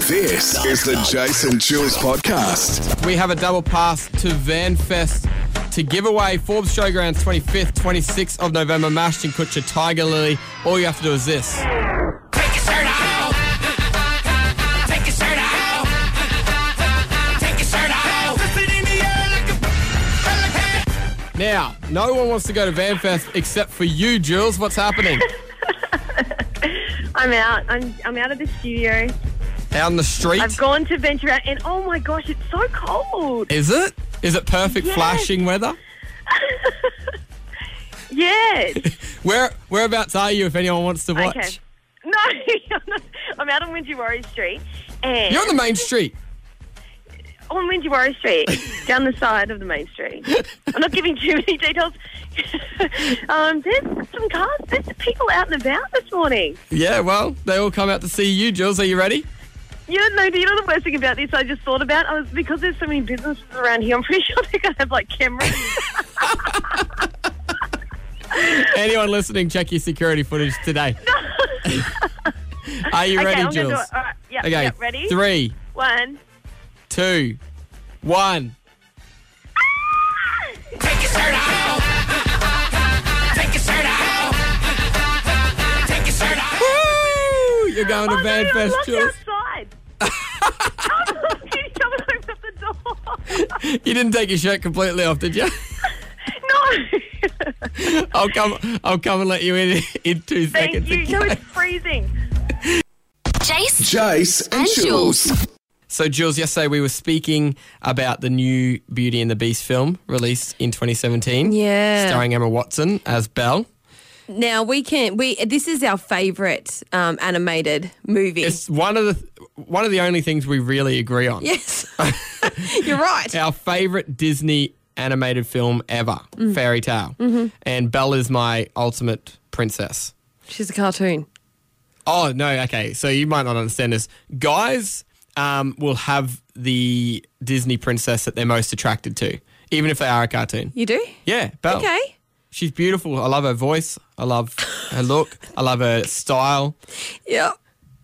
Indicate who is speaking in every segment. Speaker 1: This is the Jason Jules podcast.
Speaker 2: We have a double pass to VanFest to give away Forbes Showgrounds 25th, 26th of November. Ashton Kutcher, Tiger Lily. All you have to do is this.
Speaker 3: Take your shirt off. Take your shirt off. Take your shirt off. Flip it in the air like a hurricane.
Speaker 2: Now, no one wants to go to VanFest except for you, Jules. What's happening?
Speaker 4: I'm out. I'm, I'm out of the studio.
Speaker 2: Out on the street?
Speaker 4: I've gone to venture out, and oh my gosh, it's so cold.
Speaker 2: Is it? Is it perfect
Speaker 4: Yes.
Speaker 2: flashing weather?
Speaker 4: Yes.
Speaker 2: Where Whereabouts are you if anyone wants to watch?
Speaker 4: Okay. No, I'm, not, I'm out on Winjiwarri Street, and
Speaker 2: You're on the main street.
Speaker 4: on Winjiwarri Street, down the side of the main street. I'm not giving too many details. um, there's some cars. There's people out and about this morning.
Speaker 2: Yeah, well, they all come out to see you, Jules. Are you ready?
Speaker 4: You know, you know the worst thing about this I just thought about? I was because there's so many businesses around here, I'm pretty sure they're gonna have like cameras.
Speaker 2: Anyone listening, check your security footage today. Are you
Speaker 4: okay,
Speaker 2: ready,
Speaker 4: I'm
Speaker 2: Jules?
Speaker 4: gonna do it. All right, yeah,
Speaker 2: Okay,
Speaker 4: yeah, ready?
Speaker 2: Three,
Speaker 4: One.
Speaker 2: two, one.
Speaker 3: Take your shirt off. Take your shirt off. Take your shirt off.
Speaker 2: Woo! You're going to
Speaker 4: oh,
Speaker 2: Van
Speaker 4: no,
Speaker 2: Fest,
Speaker 4: I'm
Speaker 2: Jules.
Speaker 4: locked outside. I'm locked in, I haven't opened the door.
Speaker 2: You didn't take your shirt completely off, did you?
Speaker 4: No.
Speaker 2: I'll come. I'll come and let you in in two
Speaker 4: Thank
Speaker 2: seconds.
Speaker 4: you. No,
Speaker 2: okay?
Speaker 4: it's freezing.
Speaker 5: Jace
Speaker 1: Jace and
Speaker 5: And Jules.
Speaker 1: Jules.
Speaker 2: So, Jules, yesterday we were speaking about the new Beauty and the Beast film released in 2017.
Speaker 6: Yeah.
Speaker 2: Starring Emma Watson as Belle.
Speaker 6: Now we can we this is our favourite um, animated movie.
Speaker 2: It's one of the one of the only things we really agree on.
Speaker 6: Yes. You're right.
Speaker 2: Our favorite Disney animated film ever, Fairy Tale, and Belle is my ultimate princess.
Speaker 6: She's a cartoon.
Speaker 2: Oh no, okay. So you might not understand this. Guys um, will have the Disney princess that they're most attracted to, even if they are a cartoon.
Speaker 6: You do?
Speaker 2: Yeah, Belle.
Speaker 6: Okay.
Speaker 2: She's beautiful. I love her voice. I love her look. I love her style,
Speaker 6: Yeah.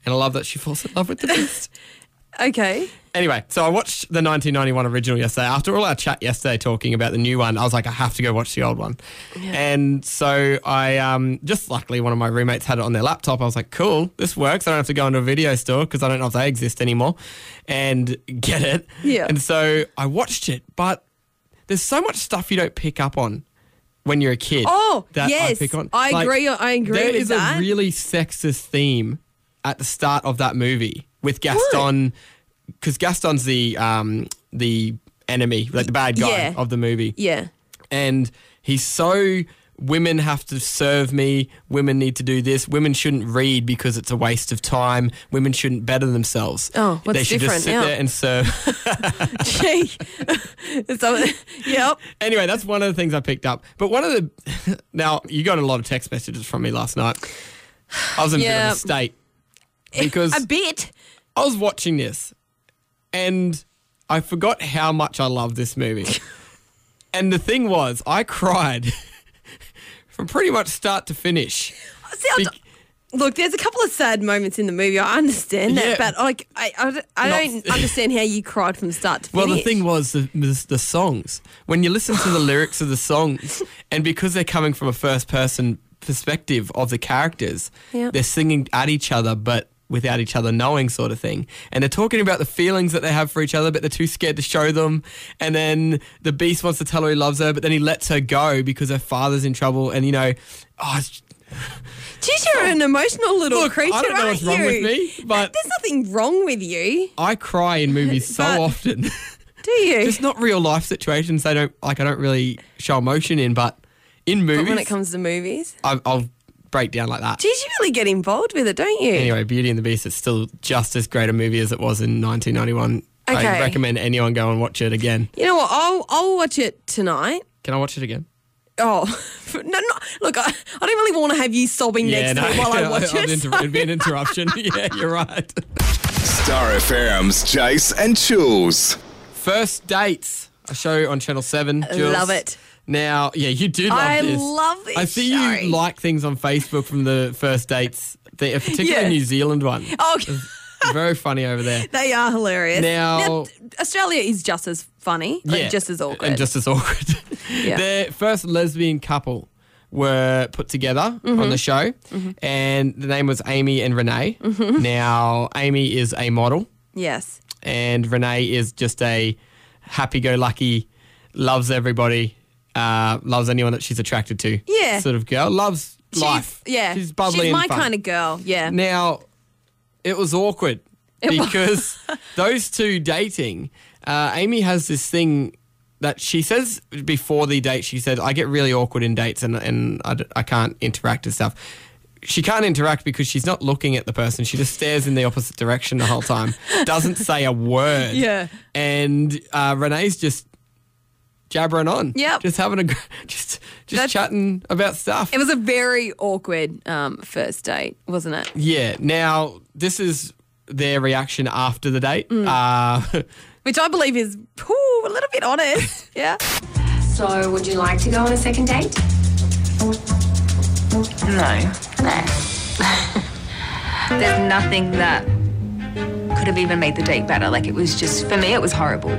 Speaker 2: and I love that she falls in love with the beast.
Speaker 6: Okay.
Speaker 2: Anyway, so I watched the 1991 original yesterday. After all our chat yesterday talking about the new one, I was like, I have to go watch the old one. And so I um, just luckily one of my roommates had it on their laptop. I was like, cool, this works. I don't have to go into a video store because I don't know if they exist anymore and get it.
Speaker 6: Yeah.
Speaker 2: And so I watched it, but there's so much stuff you don't pick up on when you're a kid.
Speaker 6: Oh, yes. I agree- I agree
Speaker 2: There
Speaker 6: with
Speaker 2: is a
Speaker 6: that.
Speaker 2: really sexist theme at the start of that movie with Gaston, because Gaston's the um, the enemy, like the bad guy
Speaker 6: Yeah.
Speaker 2: of the movie,
Speaker 6: Yeah.
Speaker 2: and he's so. Women have to serve me. Women need to do this. Women shouldn't read because it's a waste of time. Women shouldn't better themselves.
Speaker 6: Oh, what's
Speaker 2: they should just
Speaker 6: different
Speaker 2: sit
Speaker 6: now?
Speaker 2: there and serve.
Speaker 6: Gee. so, yep.
Speaker 2: anyway, that's one of the things I picked up. But one of the now you got a lot of text messages from me last night. I was in a bit
Speaker 6: Yeah.
Speaker 2: of a state because
Speaker 6: A bit.
Speaker 2: I was watching this and I forgot how much I love this movie. and the thing was, I cried from pretty much start to finish.
Speaker 6: See, I d-
Speaker 2: Be-
Speaker 6: Look, there's a couple of sad moments in the movie. I understand that,
Speaker 2: Yeah.
Speaker 6: but like, I, I, d- I
Speaker 2: Not-
Speaker 6: don't understand how you cried from start to
Speaker 2: Well,
Speaker 6: finish.
Speaker 2: the thing was the, the, the songs. When you listen to the lyrics of the songs, and because they're coming from a first person perspective of the characters,
Speaker 6: Yeah.
Speaker 2: they're singing at each other, but without each other knowing, sort of thing. And they're talking about the feelings that they have for each other, but they're too scared to show them. And then the beast wants to tell her he loves her, but then he lets her go because her father's in trouble. And you know, oh, it's-
Speaker 6: Jeez, you're an emotional little
Speaker 2: Look, I
Speaker 6: creature,
Speaker 2: don't know what's
Speaker 6: aren't
Speaker 2: wrong
Speaker 6: you?
Speaker 2: with me, but-
Speaker 6: there's nothing wrong with you,
Speaker 2: I cry in movies so
Speaker 6: But-
Speaker 2: often.
Speaker 6: do you?
Speaker 2: it's not real life situations. They don't like. I don't really show emotion in, but. In movies,
Speaker 6: But when it comes to movies.
Speaker 2: I, I'll break down like that.
Speaker 6: Geez, you really get involved with it, don't you?
Speaker 2: Anyway, Beauty and the Beast is still just as great a movie as it was in 1991. I
Speaker 6: Okay.
Speaker 2: recommend anyone go and watch it again.
Speaker 6: You know what? I'll I'll watch it tonight.
Speaker 2: Can I watch it again?
Speaker 6: Oh no! no look, I, I don't really want to have you sobbing next to me while I watch
Speaker 2: I'll
Speaker 6: it.
Speaker 2: inter- it'd be an interruption. yeah, you're right.
Speaker 1: Star FM's Jace and Jules.
Speaker 2: First Dates, a show on Channel 7. Jules.
Speaker 6: Love it.
Speaker 2: Now, yeah, you do love
Speaker 6: I
Speaker 2: this.
Speaker 6: love this
Speaker 2: I see
Speaker 6: show.
Speaker 2: you like things on Facebook from the First Dates, the, particularly
Speaker 6: Yeah.
Speaker 2: New Zealand one.
Speaker 6: Oh,
Speaker 2: Very funny over there.
Speaker 6: They are hilarious.
Speaker 2: Now-
Speaker 6: th- Australia is just as funny, like, just as awkward.
Speaker 2: And just as awkward.
Speaker 6: Yeah.
Speaker 2: Their first lesbian couple were put together on
Speaker 6: Mm-hmm.
Speaker 2: the show, and the name was Amy and Renee.
Speaker 6: Mm-hmm.
Speaker 2: Now, Amy is a model,
Speaker 6: yes.
Speaker 2: and Renee is just a happy go lucky, loves everybody, uh, loves anyone that she's attracted to
Speaker 6: Yeah.
Speaker 2: sort of girl. Loves life.
Speaker 6: She's, yeah.
Speaker 2: She's bubbly
Speaker 6: She's
Speaker 2: and
Speaker 6: my
Speaker 2: fun.
Speaker 6: kind of girl. Yeah.
Speaker 2: Now, it was awkward
Speaker 6: wa-
Speaker 2: because those two dating, uh, Amy has this thing that she says before the date, she said, I get really awkward in dates and, and I, d- I can't interact and stuff. She can't interact because she's not looking at the person. She just stares in the opposite direction the whole time, doesn't say a word.
Speaker 6: Yeah.
Speaker 2: And uh, Renee's just jabbering on.
Speaker 6: Yep.
Speaker 2: Just having a, gr- just, just
Speaker 6: That's-
Speaker 2: chatting about stuff.
Speaker 6: It was a very awkward um, first date, wasn't it?
Speaker 2: Yeah. Now this is their reaction after the date.
Speaker 6: Mm.
Speaker 2: Uh,
Speaker 6: Which I believe is ooh, a little bit honest. Yeah.
Speaker 7: So, would you like to go on a second date?
Speaker 8: No. There's nothing that could have even made the date better. Like, it was just, for me, it was horrible.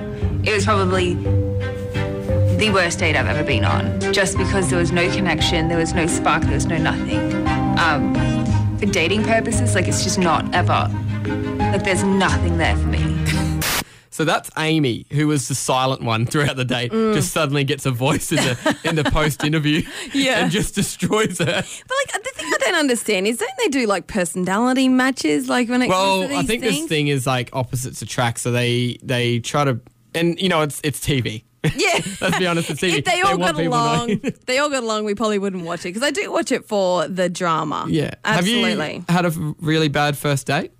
Speaker 8: It was probably the worst date I've ever been on, just because there was no connection, there was no spark, there was no nothing. Um, for dating purposes, like, it's just not ever, like, there's nothing there for me.
Speaker 2: so that's Amy, who was the silent one throughout the date,
Speaker 6: Mm.
Speaker 2: just suddenly gets a voice in the in the post interview,
Speaker 6: Yeah.
Speaker 2: and just destroys her.
Speaker 6: But like the thing I don't understand is don't they do like personality matches like when it comes to
Speaker 2: Well,
Speaker 6: these
Speaker 2: I think
Speaker 6: things?
Speaker 2: this thing is like opposites attract, so they they try to, and you know, it's it's TV.
Speaker 6: Yeah.
Speaker 2: Let's be honest, it's TV.
Speaker 6: If they all
Speaker 2: want
Speaker 6: got
Speaker 2: people to know.
Speaker 6: along, they all got along. We probably wouldn't watch it because I do watch it for the drama.
Speaker 2: yeah,
Speaker 6: absolutely.
Speaker 2: Have you had a really bad first date?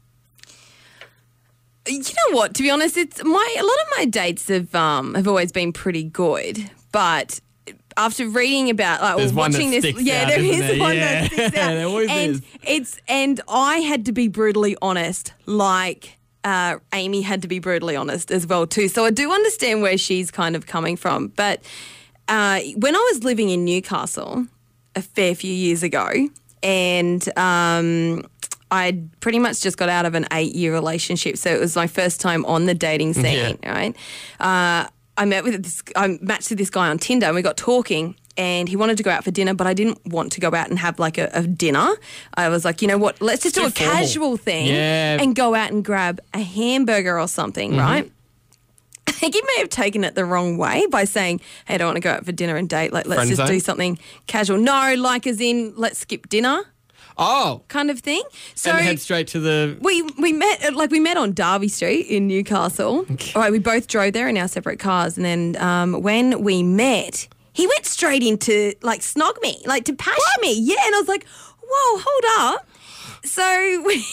Speaker 6: You know what? To be honest, it's my a lot of my dates have um have always been pretty good, but after reading about like
Speaker 2: There's
Speaker 6: or
Speaker 2: one that
Speaker 6: watching this,
Speaker 2: sticks
Speaker 6: yeah,
Speaker 2: out,
Speaker 6: there
Speaker 2: isn't
Speaker 6: is
Speaker 2: there?
Speaker 6: one
Speaker 2: Yeah.
Speaker 6: that sticks out,
Speaker 2: There always
Speaker 6: and
Speaker 2: is.
Speaker 6: it's and I had to be brutally honest, like. Uh, Amy had to be brutally honest as well too, so I do understand where she's kind of coming from. But uh, when I was living in Newcastle a fair few years ago, and um, I'd pretty much just got out of an eight year relationship. So it was my first time on the dating scene, right? Uh, I met with this, I matched with this guy on Tinder and we got talking. And he wanted to go out for dinner, but I didn't want to go out and have like a, a dinner. I was like, you know what? Let's just do
Speaker 2: too
Speaker 6: a
Speaker 2: formal.
Speaker 6: casual thing
Speaker 2: Yeah. Mm-hmm.
Speaker 6: and go out and grab a hamburger or something, right? I think he may have taken it the wrong way by saying, "Hey, I don't want to go out for dinner and date. Like, let's
Speaker 2: Friend
Speaker 6: just
Speaker 2: zone?
Speaker 6: do something casual." No, like as in, let's skip dinner,
Speaker 2: Oh,
Speaker 6: kind of thing. So
Speaker 2: and head straight to the
Speaker 6: we we met like we met on Derby Street in Newcastle. All right, we both drove there in our separate cars, and then um, when we met, he went straight into like snog me, like to pash me. Yeah, and I was like, "Whoa, hold up." So we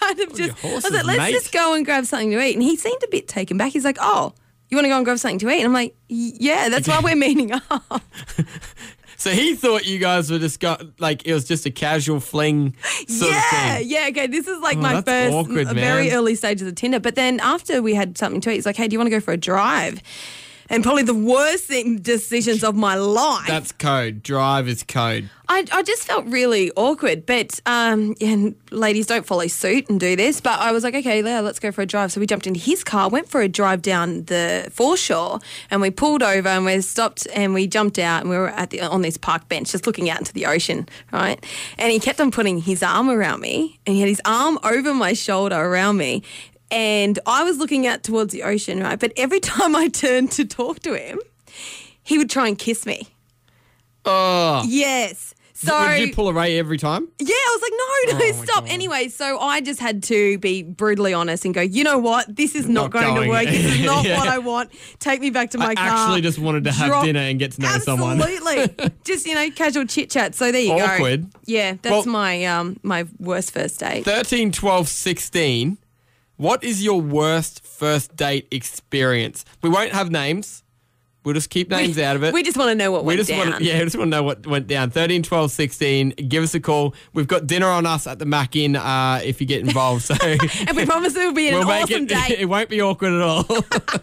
Speaker 6: kind of
Speaker 2: Oh, your
Speaker 6: just I was
Speaker 2: horses,
Speaker 6: like, "Let's
Speaker 2: mate."
Speaker 6: just go and grab something to eat," and he seemed a bit taken back. He's like, "Oh." You want to go and grab something to eat? And I'm like, "Y- yeah, that's why we're meeting up.
Speaker 2: So he thought you guys were just go- like it was just a casual fling sort
Speaker 6: yeah,
Speaker 2: of thing.
Speaker 6: yeah. Okay, this is like
Speaker 2: Oh,
Speaker 6: my
Speaker 2: that's
Speaker 6: first,
Speaker 2: awkward,
Speaker 6: uh, very
Speaker 2: man.
Speaker 6: early stages of Tinder. But then after we had something to eat, it's like, hey, do you want to go for a drive? And probably the worst thing, decisions of my life.
Speaker 2: That's code. Drive is code.
Speaker 6: I, I just felt really awkward. But um, and ladies don't follow suit and do this. But I was like, okay, yeah, let's go for a drive. So we jumped into his car, went for a drive down the foreshore, and we pulled over and we stopped and we jumped out and we were at the on this park bench, just looking out into the ocean, right? And he kept on putting his arm around me, and he had his arm over my shoulder around me. And I was looking out towards the ocean, right? But every time I turned to talk to him, he would try and kiss me.
Speaker 2: Oh.
Speaker 6: Yes. So
Speaker 2: Would you pull away every time?
Speaker 6: yeah, I was like, no,
Speaker 2: Oh,
Speaker 6: no,
Speaker 2: my
Speaker 6: stop.
Speaker 2: God.
Speaker 6: Anyway, so I just had to be brutally honest and go, you know what? This is not,
Speaker 2: Not
Speaker 6: going,
Speaker 2: going.
Speaker 6: to work. This is not
Speaker 2: Yeah.
Speaker 6: what I want. Take me back to my
Speaker 2: I
Speaker 6: car.
Speaker 2: actually just wanted to have
Speaker 6: Drop-
Speaker 2: dinner and get to know someone.
Speaker 6: Absolutely. just, you know, casual chit chat. So there you go.
Speaker 2: Awkward.
Speaker 6: Yeah, that's
Speaker 2: Well-
Speaker 6: my um my worst first date.
Speaker 2: 13, 12, 16. What is your worst first date experience? We won't have names. We'll just keep names out of it.
Speaker 6: We just want to know what
Speaker 2: We
Speaker 6: went
Speaker 2: just
Speaker 6: down.
Speaker 2: want to, yeah, we just want to know what went down. 13, 12, 16. Give us a call. We've got dinner on us at the Mac Inn uh, if you get involved. So
Speaker 6: And we promise it will be an
Speaker 2: we'll make
Speaker 6: awesome
Speaker 2: it.
Speaker 6: date.
Speaker 2: It won't be awkward at all.
Speaker 5: Star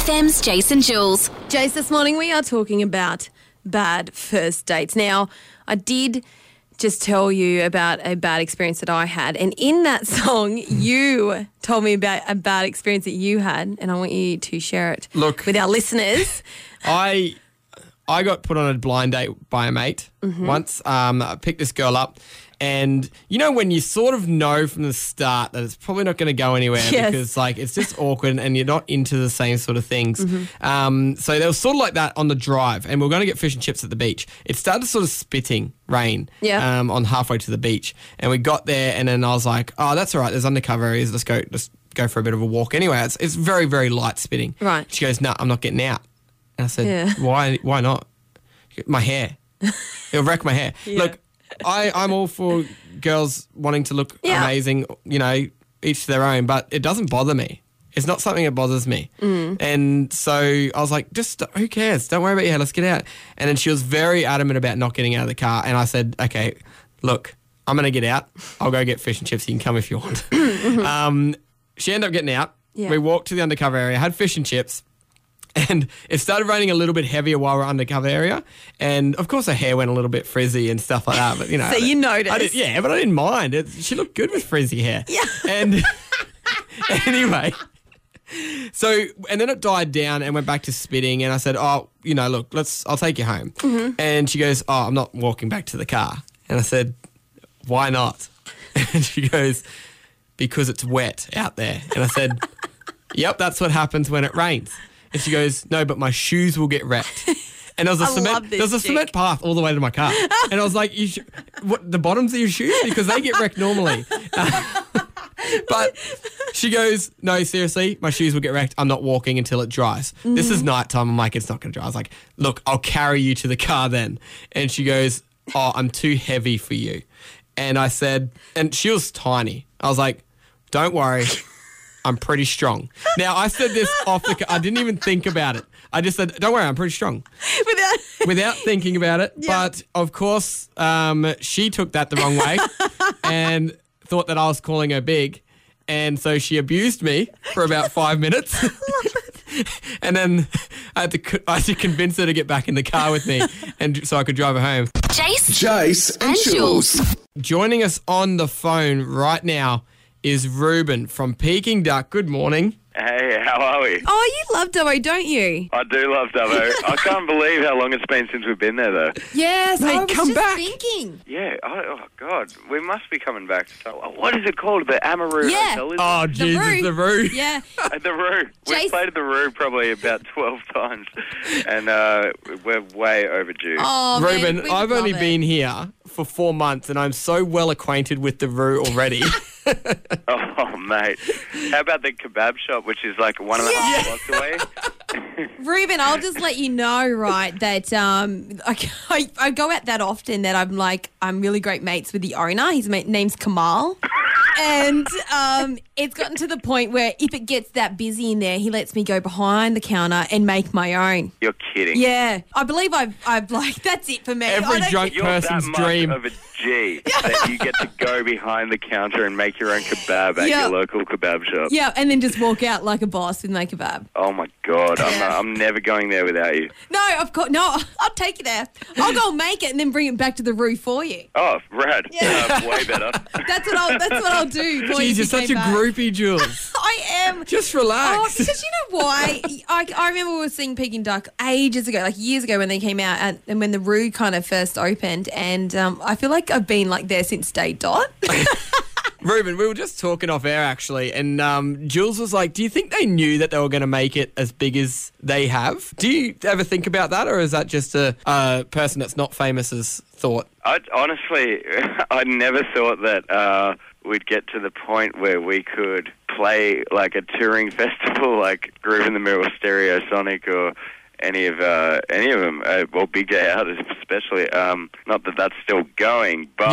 Speaker 5: FM's Jason Jules.
Speaker 6: Jace, this morning we are talking about bad first dates. Now, I did just tell you about a bad experience that I had. And in that song, you told me about a bad experience that you had, and I want you to share it
Speaker 2: Look.
Speaker 6: with our listeners.
Speaker 2: I I got put on a blind date by a mate
Speaker 6: Mm-hmm.
Speaker 2: once. Um, I picked this girl up, and you know when you sort of know from the start that it's probably not going to go anywhere
Speaker 6: Yes.
Speaker 2: because like it's just awkward and you're not into the same sort of things.
Speaker 6: Mm-hmm.
Speaker 2: Um, so there was sort of like that on the drive, and we are going to get fish and chips at the beach. It started sort of spitting rain.
Speaker 6: Yeah.
Speaker 2: Um, on halfway to the beach, and we got there, and then I was like, oh, that's all right. There's undercover areas. Let's go. Let's go for a bit of a walk. Anyway, it's it's very very light spitting.
Speaker 6: Right.
Speaker 2: She goes, no, I'm not getting out. And I said,
Speaker 6: Yeah.
Speaker 2: why? Why not? My hair. It'll wreck my hair. Look, I, I'm all for girls wanting to look
Speaker 6: Yeah.
Speaker 2: amazing. You know, each to their own. But it doesn't bother me. It's not something that bothers me.
Speaker 6: Mm.
Speaker 2: And so I was like, just who cares? Don't worry about your hair. Let's get out. And then she was very adamant about not getting out of the car. And I said, okay, look, I'm gonna get out. I'll go get fish and chips. You can come if you want. um, she ended up getting out.
Speaker 6: Mm-hmm. Yeah.
Speaker 2: We walked to the undercover area, had fish and chips and it started raining a little bit heavier while we we're undercover area. And of course, her hair went a little bit frizzy and stuff like that. But you know,
Speaker 6: So you noticed.
Speaker 2: I did- yeah, but I didn't mind. It, she looked good with frizzy hair. Yeah. And anyway. So and then it died down and went back to spitting and I said, "Oh, you know, look, let's I'll take you home."
Speaker 6: Mm-hmm.
Speaker 2: And she goes, "Oh, I'm not walking back to the car." And I said, "Why not?" And she goes, "Because it's wet out there." And I said, Yep, that's what happens when it rains. And she goes, No, but my shoes will get wrecked. And there was a
Speaker 6: I
Speaker 2: cement,
Speaker 6: love this
Speaker 2: there was a
Speaker 6: chick.
Speaker 2: cement path all the way to my car. And I was like, you sh- what, The bottoms of your shoes? Because they get wrecked normally. but she goes, No, seriously, my shoes will get wrecked. I'm not walking until it dries. This
Speaker 6: Mm-hmm.
Speaker 2: is nighttime. I'm like, It's not going to dry. I was like, Look, I'll carry you to the car then. And she goes, Oh, I'm too heavy for you. And I said, And she was tiny. I was like, Don't worry. I'm pretty strong. Now, I said this off the. I didn't even think about it. I just said, don't worry, I'm pretty strong
Speaker 6: Without,
Speaker 2: without thinking about it. But of course, um, she took that the wrong way and thought that I was calling her big. And so she abused me for about five minutes. and then I had, to, co- I had to convince her to get back in the car with me and so I could drive her home.
Speaker 5: Jace
Speaker 1: Jace and
Speaker 5: and
Speaker 1: Jules.
Speaker 5: Jules.
Speaker 2: Joining us on the phone right now is Ruben from Peking Duck. Good morning.
Speaker 9: Hey, how are we?
Speaker 6: oh, you love Dubbo, don't you?
Speaker 9: I do love Dubbo. I can't believe how long it's been since we've been there, though.
Speaker 6: Yes, I
Speaker 2: come back.
Speaker 6: thinking.
Speaker 9: Yeah. I, oh God, we must be coming back. To, what is it called? The Amaru
Speaker 6: Yeah.
Speaker 9: Hotel? Is
Speaker 2: Oh,
Speaker 6: The
Speaker 2: Jesus,
Speaker 6: Roo.
Speaker 2: the Roo.
Speaker 6: Yeah.
Speaker 9: it? At the Roo.
Speaker 6: Jason-
Speaker 9: We've played at the Roo probably about twelve times, and uh, we're way overdue.
Speaker 6: Oh, man,
Speaker 2: Ruben,
Speaker 6: we'd
Speaker 2: I've only
Speaker 6: love it.
Speaker 2: been here for four months and I'm so well acquainted with the Roo already.
Speaker 9: Oh, mate, how about the kebab shop, which is like one and a half blocks away?
Speaker 6: Ruben, I'll just let you know, right, that um, I, I, I go out that often that I'm like, I'm really great mates with the owner. His ma- name's Kamal. And um, it's gotten to the point where if it gets that busy in there, he lets me go behind the counter and make my own.
Speaker 9: You're kidding.
Speaker 6: Yeah, I believe I've, I've like, that's it for me. I
Speaker 2: Every
Speaker 6: don't-
Speaker 2: drunk
Speaker 9: You're
Speaker 2: person's
Speaker 9: that much
Speaker 2: dream.
Speaker 9: of a G that you get to go behind the counter and make your own kebab at
Speaker 6: Yeah.
Speaker 9: your local kebab shop.
Speaker 6: Yeah, and then just walk out like a boss with my kebab.
Speaker 9: Oh my god, I'm, uh, I'm never going there without you.
Speaker 6: No, of course, no, I'll take you there. I'll go make it and then bring it back to the roof for you.
Speaker 9: Oh, rad. Uh, way better.
Speaker 6: That's what I'll, that's what I'll do. for
Speaker 2: Jeez,
Speaker 6: you if
Speaker 2: you're such
Speaker 6: you came
Speaker 2: a
Speaker 6: back.
Speaker 2: groupie, Jules.
Speaker 6: I am.
Speaker 2: Just
Speaker 6: Oh,
Speaker 2: relax.
Speaker 6: because you know why? I, I remember we were seeing Peking Duck ages ago, like years ago when they came out and, and when the Roo kind of first opened. And um, I feel like I've been like there since day dot.
Speaker 2: Ruben, we were just talking off air actually, and um, Jules was like, "Do you think they knew that they were going to make it as big as they have? Do you ever think about that, or is that just a uh, person that's not famous's thought?"
Speaker 9: I, honestly, I never thought that uh, we'd get to the point where we could play like a touring festival, like Groove in the Mirror or Stereo Sonic or any of uh, any of them. Uh, well, Big Day Out especially. Um, not that that's still going, but.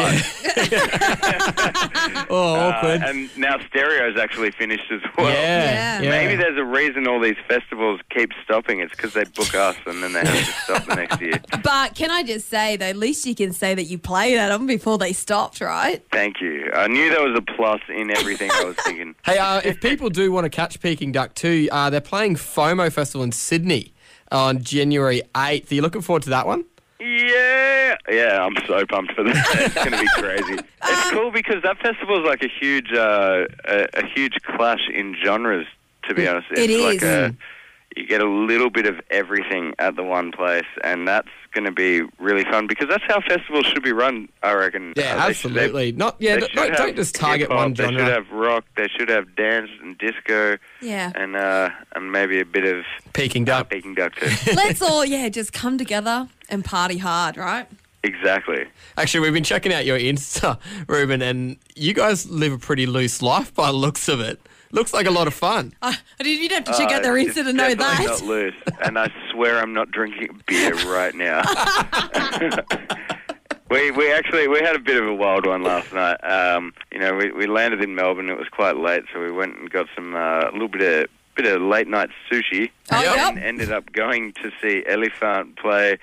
Speaker 2: Oh, awkward.
Speaker 9: Uh, and now stereo's actually finished as well.
Speaker 2: yeah,
Speaker 6: Yeah.
Speaker 2: yeah.
Speaker 9: Maybe there's a reason all these festivals keep stopping. It's because they book us and then they have to stop the next year.
Speaker 6: but can I just say, though, at least you can say that you played at them before they stopped, right?
Speaker 9: Thank you. I knew there was a plus in everything I was thinking.
Speaker 2: Hey, uh, if people do want to catch Peking Duck too, uh, they're playing FOMO Festival in Sydney on January 8th. Are you looking forward to that one?
Speaker 9: Yeah, Yeah, I'm so pumped for this. It's going to be crazy. It's cool because that festival is like a huge, uh, a, a huge clash in genres. To be honest, it's
Speaker 6: it
Speaker 9: like
Speaker 6: is.
Speaker 9: a you get a little bit of everything at the one place, and that's going to be really fun because that's how festivals should be run. I reckon.
Speaker 2: Yeah,
Speaker 9: Uh, they should- they-
Speaker 2: absolutely. Not yeah.
Speaker 9: they
Speaker 2: Don't,
Speaker 9: should
Speaker 2: don't- don't
Speaker 9: have
Speaker 2: just target
Speaker 9: hip-hop,
Speaker 2: one
Speaker 9: They should
Speaker 2: genre.
Speaker 9: have rock. They should have dance and disco,
Speaker 6: Yeah.
Speaker 9: and uh, and maybe a bit of
Speaker 2: Peking duck.
Speaker 9: Peking duck too.
Speaker 6: Let's all, yeah, just come together and party hard, right?
Speaker 9: exactly.
Speaker 2: Actually, we've been checking out your Insta, Ruben, and you guys live a pretty loose life by the looks of it. Looks like a lot of fun.
Speaker 6: I didn't have to check out
Speaker 9: Uh,
Speaker 6: their
Speaker 9: it's
Speaker 6: Insta to know that.
Speaker 9: definitely Not loose, and I swear I'm not drinking beer right now. we we actually we had a bit of a wild one last night. Um, you know, we, we landed in Melbourne. It was quite late, so we went and got some uh, a little bit of bit of late night sushi.
Speaker 6: Oh, yep.
Speaker 9: And ended up going to see Elephant play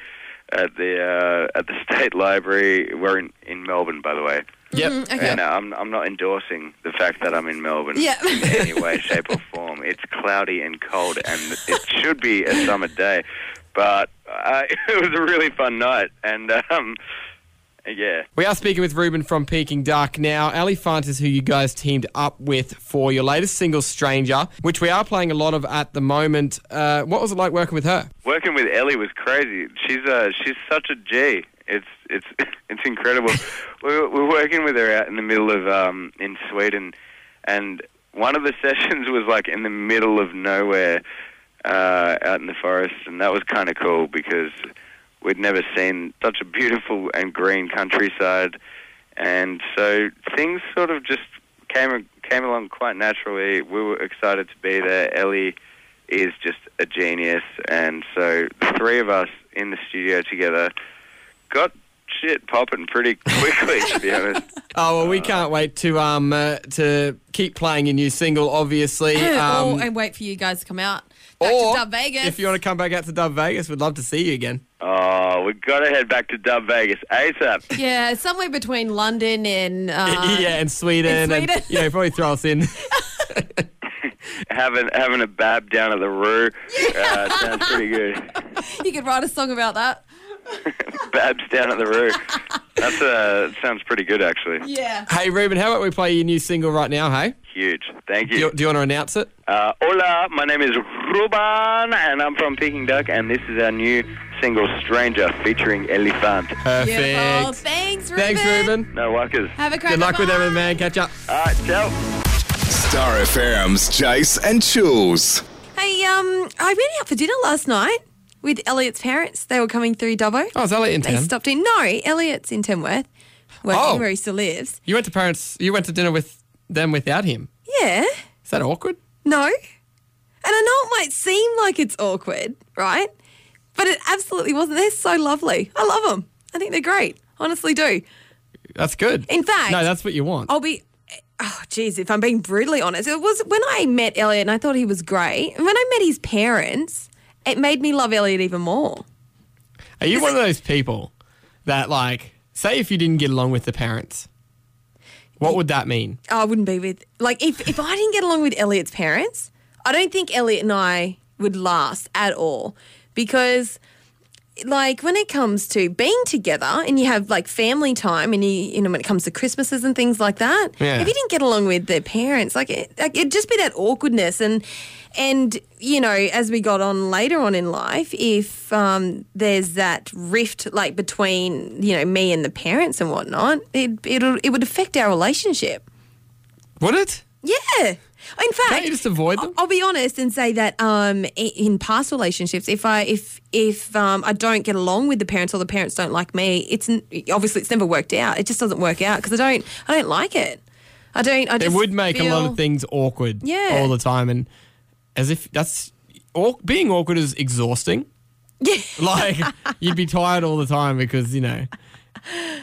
Speaker 9: at the uh, at the State Library. We're in, in Melbourne, by the way.
Speaker 2: Yep.
Speaker 9: And uh, I'm, I'm not endorsing the fact that I'm in Melbourne
Speaker 6: Yeah.
Speaker 9: in any way, shape, or form. It's cloudy and cold, and it should be a summer day. But uh, it was a really fun night, and um, yeah,
Speaker 2: We are speaking with Ruben from Peking Duck now. Ali Fant is who you guys teamed up with for your latest single, Stranger, which we are playing a lot of at the moment. Uh, what was it like working with her?
Speaker 9: working with Ellie was crazy. She's uh, she's such a G. It's it's it's incredible. we were, we're working with her out in the middle of um, in Sweden, and one of the sessions was like in the middle of nowhere, uh, out in the forest, and that was kind of cool because we'd never seen such a beautiful and green countryside, and so things sort of just came came along quite naturally. We were excited to be there. Ellie is just a genius, and so the three of us in the studio together got shit popping pretty quickly. to be honest,
Speaker 2: Oh, well, we
Speaker 9: Uh,
Speaker 2: can't wait to um uh, to keep playing your new single, obviously.
Speaker 6: Oh,
Speaker 2: Um,
Speaker 6: and wait for you guys to come out. Back
Speaker 2: or
Speaker 6: to Dub Vegas.
Speaker 2: If you want to come back out to Dub Vegas, we'd love to see you again.
Speaker 9: oh, we got to head back to Dub Vegas ASAP.
Speaker 6: yeah, somewhere between London and. Uh,
Speaker 2: yeah, and Sweden.
Speaker 6: in Sweden.
Speaker 2: And, you know, probably throw us in.
Speaker 9: having having a bab down at the Roo uh, sounds pretty good.
Speaker 6: You could write a song about that.
Speaker 9: Babs down at the Roo. That's uh, sounds pretty good actually.
Speaker 6: Yeah.
Speaker 2: hey, Ruben, how about we play your new single right now, hey?
Speaker 9: Huge. Thank
Speaker 2: Do
Speaker 9: you.
Speaker 2: you, do you want to announce it?
Speaker 9: Uh, hola, my name is Ruban, and I'm from Peking Duck, and this is our new single "Stranger" featuring Elephant.
Speaker 2: Perfect.
Speaker 6: Beautiful. Thanks, Ruben.
Speaker 2: Thanks, Ruben.
Speaker 9: No workers.
Speaker 6: Have a great
Speaker 2: Good luck with
Speaker 6: night.
Speaker 2: everything, man. Catch up.
Speaker 9: All right, ciao.
Speaker 1: Star FM's Jace and Jules.
Speaker 6: Hey, um, I went out for dinner last night with Elliot's parents. They were coming through Dubbo.
Speaker 2: Oh, is Elliot in
Speaker 6: They
Speaker 2: town?
Speaker 6: stopped in. No, Elliot's in Tamworth, working
Speaker 2: Oh.
Speaker 6: where he still lives.
Speaker 2: You went to parents. You went to dinner with them without him.
Speaker 6: Yeah.
Speaker 2: Is that awkward?
Speaker 6: No. And I know it might seem like it's awkward, right? But it absolutely wasn't. They're so lovely. I love them. I think they're great. Honestly, do.
Speaker 2: That's good.
Speaker 6: In fact,
Speaker 2: no, that's what you want.
Speaker 6: I'll be. Oh, geez, if I'm being brutally honest, it was when I met Elliot and I thought he was great. And when I met his parents, it made me love Elliot even more.
Speaker 2: Are you one of those people that, like, say if you didn't get along with the parents, what would that mean?
Speaker 6: I wouldn't be with like if if I didn't get along with Elliot's parents, I don't think Elliot and I would last at all because like when it comes to being together and you have like family time and you you know when it comes to Christmases and things like that,
Speaker 2: Yeah.
Speaker 6: if you didn't get along with their parents, like, it, like it'd just be that awkwardness and and you know as we got on later on in life, if um, there's that rift like between you know me and the parents and whatnot, it it'll, it would affect our relationship.
Speaker 2: Would it?
Speaker 6: Yeah. In fact,
Speaker 2: Can't you just avoid them?
Speaker 6: I- I'll be honest and say that um, i- in past relationships, if I if if um, I don't get along with the parents or the parents don't like me, it's n- obviously it's never worked out. It just doesn't work out because I don't I don't like it. I don't. I
Speaker 2: It
Speaker 6: just
Speaker 2: would make a lot
Speaker 6: feel-
Speaker 2: of things awkward.
Speaker 6: Yeah.
Speaker 2: All the time, and as if that's aw- being awkward is exhausting.
Speaker 6: Yeah.
Speaker 2: Like you'd be tired all the time because you know,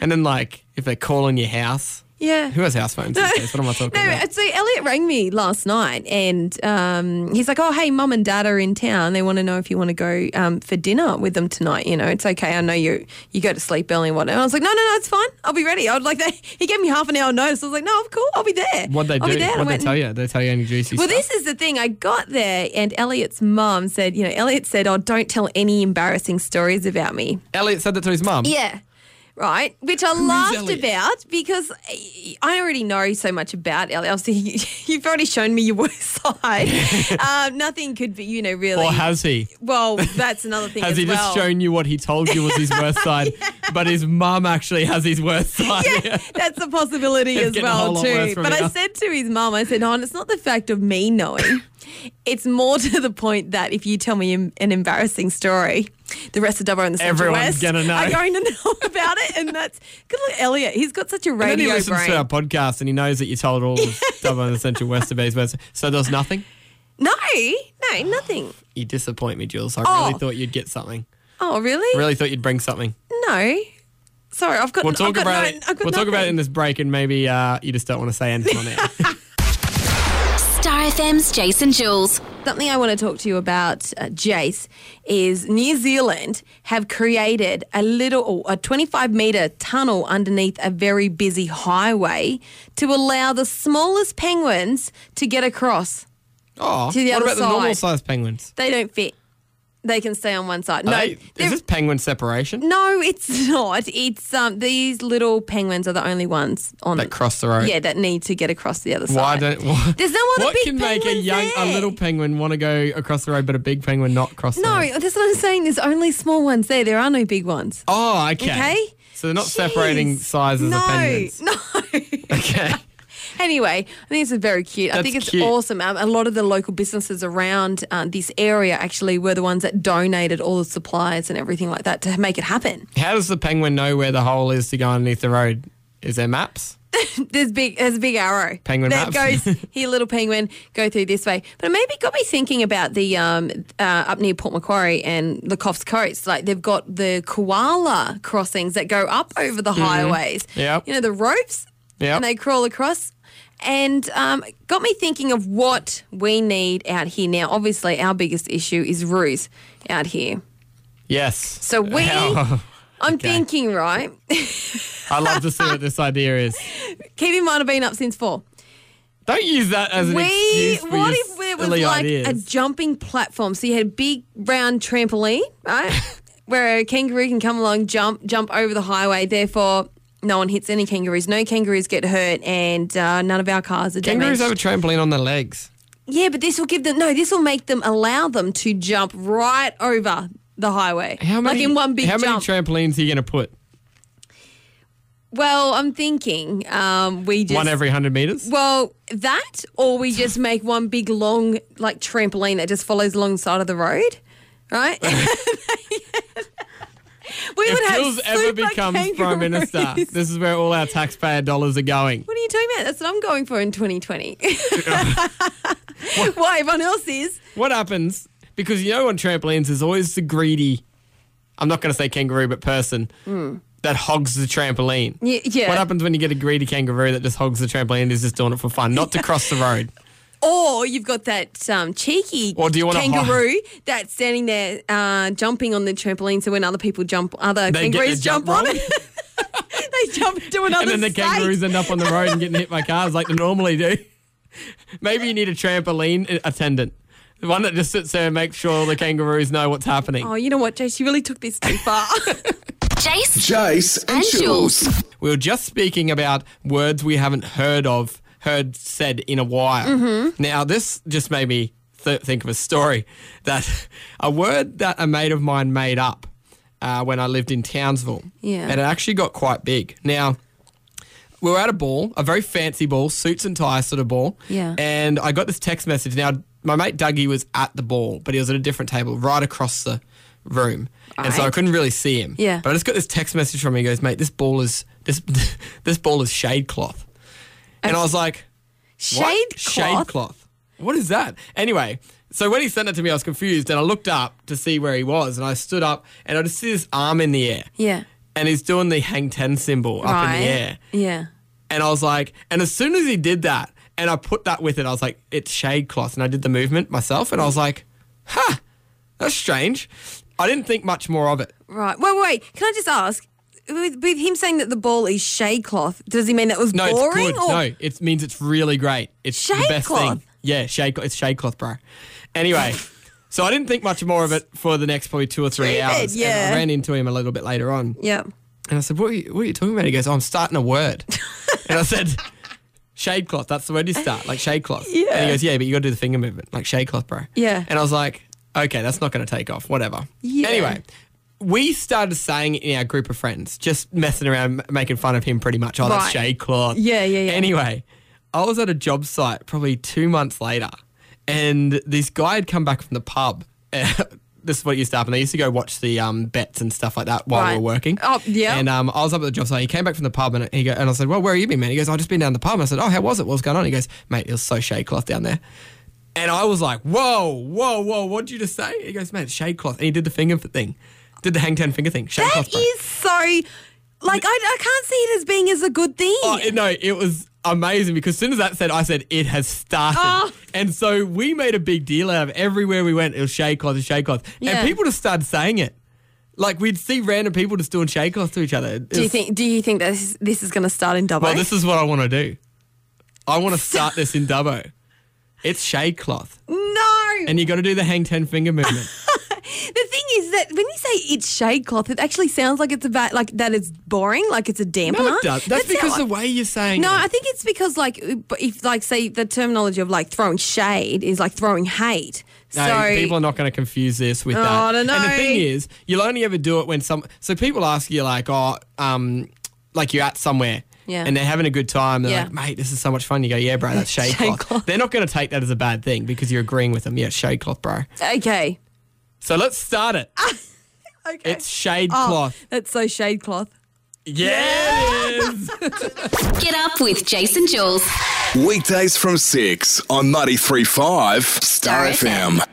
Speaker 2: and then like if they call in your house,
Speaker 6: Yeah.
Speaker 2: who has house phones? these days? What am I talking
Speaker 6: No,
Speaker 2: about?
Speaker 6: so Elliot rang me last night and um, he's like, Oh, hey, mum and dad are in town. They want to know if you want to go um, for dinner with them tonight. You know, it's okay. I know you you go to sleep early and whatnot. And I was like, No, no, no, it's fine. I'll be ready. I was like, they, He gave me half an hour notice. I was like, No, I'm cool. I'll be there.
Speaker 2: What they
Speaker 6: I'll
Speaker 2: do?
Speaker 6: Be there. And I
Speaker 2: What they
Speaker 6: went
Speaker 2: tell
Speaker 6: and-
Speaker 2: you? They tell you any juicy
Speaker 6: well,
Speaker 2: stuff.
Speaker 6: this is the thing. I got there, and Elliot's mum said, "You know, Elliot said, oh, don't tell any embarrassing stories about me.'
Speaker 2: Elliot said that to his mum.
Speaker 6: Yeah. right? Which I laughed
Speaker 10: Elliot?
Speaker 6: about because I already know so much about Elliot. Obviously, you've already shown me your worst side. um, nothing could be, you know, really.
Speaker 2: Or has he?
Speaker 6: well, that's another thing.
Speaker 2: Has
Speaker 6: as
Speaker 2: he
Speaker 6: well.
Speaker 2: just shown you what he told you was his worst side? But his mum actually has his worst side.
Speaker 6: That's a possibility
Speaker 2: It's
Speaker 6: as
Speaker 2: getting a whole
Speaker 6: well
Speaker 2: lot worse
Speaker 6: too.
Speaker 2: from
Speaker 6: But I
Speaker 2: here.
Speaker 6: said to his mum, I said, "Hon, it's not the fact of me knowing. it's more to the point that if you tell me em- an embarrassing story, the rest of Dubbo and the Central
Speaker 2: Everyone's
Speaker 6: West
Speaker 2: gonna know.
Speaker 6: are going to know about it." And that's good. Look, Elliot, he's got such a
Speaker 2: And then he
Speaker 6: radio
Speaker 2: listens
Speaker 6: brain.
Speaker 2: to our podcast and he knows that you told all the stuff on the Central West of Bay's worst. So there's nothing?
Speaker 6: No, no, nothing.
Speaker 2: You disappoint me, Jules. I
Speaker 6: Oh.
Speaker 2: really thought you'd get something.
Speaker 6: Oh, really?
Speaker 2: Really thought you'd bring something.
Speaker 6: No. Sorry, I've got.
Speaker 2: We'll talk
Speaker 6: I've got
Speaker 2: about
Speaker 6: no,
Speaker 2: it.
Speaker 6: I've got
Speaker 2: We'll talk about it in
Speaker 6: nothing.
Speaker 2: this break, and maybe uh, you just don't want to say anything on it.
Speaker 5: Star FM's Jason Jules.
Speaker 6: Something I want to talk to you about, uh, Jace, is New Zealand have created a little, oh, a 25 metre tunnel underneath a very busy highway to allow the smallest penguins to get across.
Speaker 2: Oh,
Speaker 6: To the
Speaker 2: what
Speaker 6: other
Speaker 2: about the normal
Speaker 6: side.
Speaker 2: sized penguins?
Speaker 6: They don't fit. They can stay on one side.
Speaker 2: Are
Speaker 6: no,
Speaker 2: they-
Speaker 6: they're-
Speaker 2: is this penguin separation
Speaker 6: no, it's not. It's um, these little penguins are the only ones on
Speaker 2: that cross the road?
Speaker 6: Yeah, that need to get across the other
Speaker 2: Why
Speaker 6: side.
Speaker 2: don't? Why,
Speaker 6: There's no other
Speaker 2: What
Speaker 6: big
Speaker 2: can make a
Speaker 6: penguins
Speaker 2: young, a
Speaker 6: there.
Speaker 2: little penguin want to go across the road, but a big penguin not cross? the road?
Speaker 6: No, that's what I'm saying. There's only small ones there. There are no big ones.
Speaker 2: Oh, okay.
Speaker 6: Okay.
Speaker 2: So they're not separating
Speaker 6: Jeez.
Speaker 2: sizes
Speaker 6: no,
Speaker 2: of penguins.
Speaker 6: No.
Speaker 2: Okay.
Speaker 6: anyway, I think this is very cute. I
Speaker 2: That's
Speaker 6: think it's
Speaker 2: cute.
Speaker 6: awesome. Um, a lot of the local businesses around uh, this area actually were the ones that donated all the supplies and everything like that to make it happen.
Speaker 2: How does the penguin know where the hole is to go underneath the road? Is there maps?
Speaker 6: There's big, there's a big arrow.
Speaker 2: Penguin
Speaker 6: that
Speaker 2: maps.
Speaker 6: goes here, little penguin, go through this way. But it maybe got me thinking about the um, uh, up near Port Macquarie and the Coffs Coast. Like they've got the koala crossings that go up over the highways.
Speaker 2: Mm. Yep.
Speaker 6: you know the ropes.
Speaker 2: Yep.
Speaker 6: and they crawl across. And um, it got me thinking of what we need out here now. Obviously, our biggest issue is roos out here.
Speaker 2: Yes.
Speaker 6: So we,
Speaker 2: How-
Speaker 6: I'm thinking, right?
Speaker 2: I love to see what this idea is.
Speaker 6: Keep in mind, I've been up since four.
Speaker 2: Don't use that as an
Speaker 6: we
Speaker 2: excuse for
Speaker 6: what
Speaker 2: your
Speaker 6: if it was
Speaker 2: silly
Speaker 6: like a
Speaker 2: ideas.
Speaker 6: jumping platform so you had a big round trampoline right where a kangaroo can come along jump jump over the highway therefore no one hits any kangaroos no kangaroos get hurt and uh, none of our cars are
Speaker 2: Kangaroos
Speaker 6: damaged
Speaker 2: have a trampoline on their legs.
Speaker 6: yeah but this will give them no this will make them allow them to jump right over the highway
Speaker 2: How many?
Speaker 6: like in one big
Speaker 2: how
Speaker 6: jump
Speaker 2: many trampolines are you going to put?
Speaker 6: well i'm thinking um, we just
Speaker 2: One every hundred meters.
Speaker 6: Well, that, or we just make one big long like trampoline that just follows along the side of the road, right? we would
Speaker 2: if
Speaker 6: have
Speaker 2: Jules ever
Speaker 6: super
Speaker 2: becomes prime
Speaker 6: kangaroos.
Speaker 2: minister, this is where all our taxpayer dollars are going.
Speaker 6: What are you talking about? That's what I'm going for in 2020. Why everyone else is?
Speaker 2: What happens? Because you know, on trampolines, there's always the greedy. I'm not going to say kangaroo, but person that hogs the trampoline.
Speaker 6: Y- yeah.
Speaker 2: What happens when you get a greedy kangaroo that just hogs the trampoline and is just doing it for fun, not to cross the road?
Speaker 6: Or you've got that um, cheeky
Speaker 2: Or do you wanna
Speaker 6: kangaroo that's standing there uh, jumping on the trampoline. So when other people jump, other
Speaker 2: They get
Speaker 6: kangaroos
Speaker 2: the jump
Speaker 6: on
Speaker 2: wrong.
Speaker 6: it. they jump to another.
Speaker 2: and then the
Speaker 6: state.
Speaker 2: kangaroos end up on the road and getting hit by cars like they normally do. Maybe you need a trampoline i- attendant, the one that just sits there and makes sure the kangaroos know what's happening.
Speaker 6: Oh, you know what, Jace? You really took this too far.
Speaker 5: Jace
Speaker 1: Jace and
Speaker 5: and
Speaker 1: Jules.
Speaker 5: Jules.
Speaker 2: We were just speaking about words we haven't heard of, heard said in a while.
Speaker 6: Mm-hmm.
Speaker 2: Now, this just made me th- think of a story that a word that a mate of mine made up uh, when I lived in Townsville.
Speaker 6: Yeah.
Speaker 2: And it actually got quite big. Now, we were at a ball, a very fancy ball, suits and ties sort of ball.
Speaker 6: Yeah.
Speaker 2: And I got this text message. Now, my mate Dougie was at the ball, but he was at a different table right across the room. And so I
Speaker 6: Alright.
Speaker 2: couldn't really see him.
Speaker 6: Yeah.
Speaker 2: But I just got this text message from him. He goes, mate, this ball is this this ball is shade cloth. And I was like,
Speaker 6: Shade
Speaker 2: what?
Speaker 6: cloth.
Speaker 2: Shade cloth. What is that? Anyway, so when he sent it to me, I was confused and I looked up to see where he was and I stood up and I just see this arm in the air.
Speaker 6: Yeah.
Speaker 2: And he's doing the hang ten symbol up in the air.
Speaker 6: Yeah.
Speaker 2: And I was like, and as soon as he did that, and I put that with it, I was like, it's shade cloth. And I did the movement myself, and I was like, huh, that's strange. I didn't think much more of it.
Speaker 6: Right. Well, wait. Can I just ask? With, with him saying that the ball is shade cloth, does he mean that was
Speaker 2: No,
Speaker 6: boring?
Speaker 2: it's good.
Speaker 6: Or
Speaker 2: No, it means it's really great. It's the
Speaker 6: Shade
Speaker 2: best
Speaker 6: cloth?
Speaker 2: thing. Yeah, shade cloth. It's shade cloth, bro. Anyway, so I didn't think much more of it for the next probably two or three
Speaker 6: Stupid,
Speaker 2: hours. and
Speaker 6: yeah.
Speaker 2: I ran into him a little bit later on.
Speaker 6: Yeah.
Speaker 2: And I said, what are, you, what are you talking about? He goes, oh, I'm starting a word. and I said, shade cloth. That's the word you start, like shade cloth.
Speaker 6: Yeah.
Speaker 2: And he goes, yeah, but you got to do the finger movement, like shade cloth, bro.
Speaker 6: Yeah.
Speaker 2: And I was like, okay, that's not going to take off. Whatever.
Speaker 6: Yeah.
Speaker 2: Anyway, we started saying it in our group of friends, just messing around, m- making fun of him pretty much. Oh, that's
Speaker 6: Right.
Speaker 2: shade cloth.
Speaker 6: Yeah, yeah, yeah.
Speaker 2: Anyway, I was at a job site probably two months later, and this guy had come back from the pub. this is what used to happen. They used to go watch the um, bets and stuff like that while we
Speaker 6: Right.
Speaker 2: were working.
Speaker 6: Oh, yeah.
Speaker 2: And um, I was up at the job site. He came back from the pub and he go, and I said, "Well, where have you been, man?" He goes, "I've just been down the pub." And I said, "Oh, how was it? What's going on?" He goes, "Mate, it was so shade cloth down there." And I was like, "Whoa, whoa, whoa! What did you just say?" He goes, "Mate, shade cloth." And he did the finger thing, did the hang ten finger thing. Shade
Speaker 6: That
Speaker 2: cloth. bro.
Speaker 6: is so. Like, I, I can't see it as being as a good thing.
Speaker 2: Oh, it- no, it was amazing because as soon as that said, I said, it has started.
Speaker 6: Oh.
Speaker 2: And so we made a big deal out of everywhere we went, it was shade cloth, it was shade cloth.
Speaker 6: Yeah.
Speaker 2: And people just started saying it. Like we'd see random people just doing shade cloth to each other. It
Speaker 6: do you
Speaker 2: was-
Speaker 6: think? Do you think this this is going to start in Dubbo?
Speaker 2: Well, this is what I want to do. I want to start this in Dubbo. It's shade cloth.
Speaker 6: no.
Speaker 2: And you got to do the hang 10 finger movement.
Speaker 6: the thing is that when you say it's shade cloth, it actually sounds like it's about like that it's boring, like it's a dampener.
Speaker 2: no, it does. That's,
Speaker 6: how
Speaker 2: because
Speaker 6: I-
Speaker 2: the way you're saying
Speaker 6: No,
Speaker 2: it.
Speaker 6: I think it's because like if like say the terminology of like throwing shade is like throwing hate.
Speaker 2: No,
Speaker 6: so
Speaker 2: people are not going to confuse this with
Speaker 6: Oh,
Speaker 2: that.
Speaker 6: I
Speaker 2: And
Speaker 6: don't
Speaker 2: the
Speaker 6: know.
Speaker 2: thing is, you'll only ever do it when some. So people ask you like, oh, um, like you're at somewhere.
Speaker 6: Yeah.
Speaker 2: And they're having a good time. They're
Speaker 6: Yeah.
Speaker 2: like, mate, this is so much fun. You go, yeah, bro, that's shade,
Speaker 6: Shade
Speaker 2: cloth.
Speaker 6: cloth.
Speaker 2: They're not going to take that as a bad thing because you're agreeing with them. Yeah, shade cloth, bro.
Speaker 6: okay,
Speaker 2: So let's start it.
Speaker 6: okay,
Speaker 2: It's shade
Speaker 6: Oh,
Speaker 2: cloth.
Speaker 6: That's so shade cloth.
Speaker 2: Yeah, it is.
Speaker 5: Get up with Jason Jules.
Speaker 1: Weekdays from 6 on 93.5 Star
Speaker 5: Star FM.
Speaker 1: FM.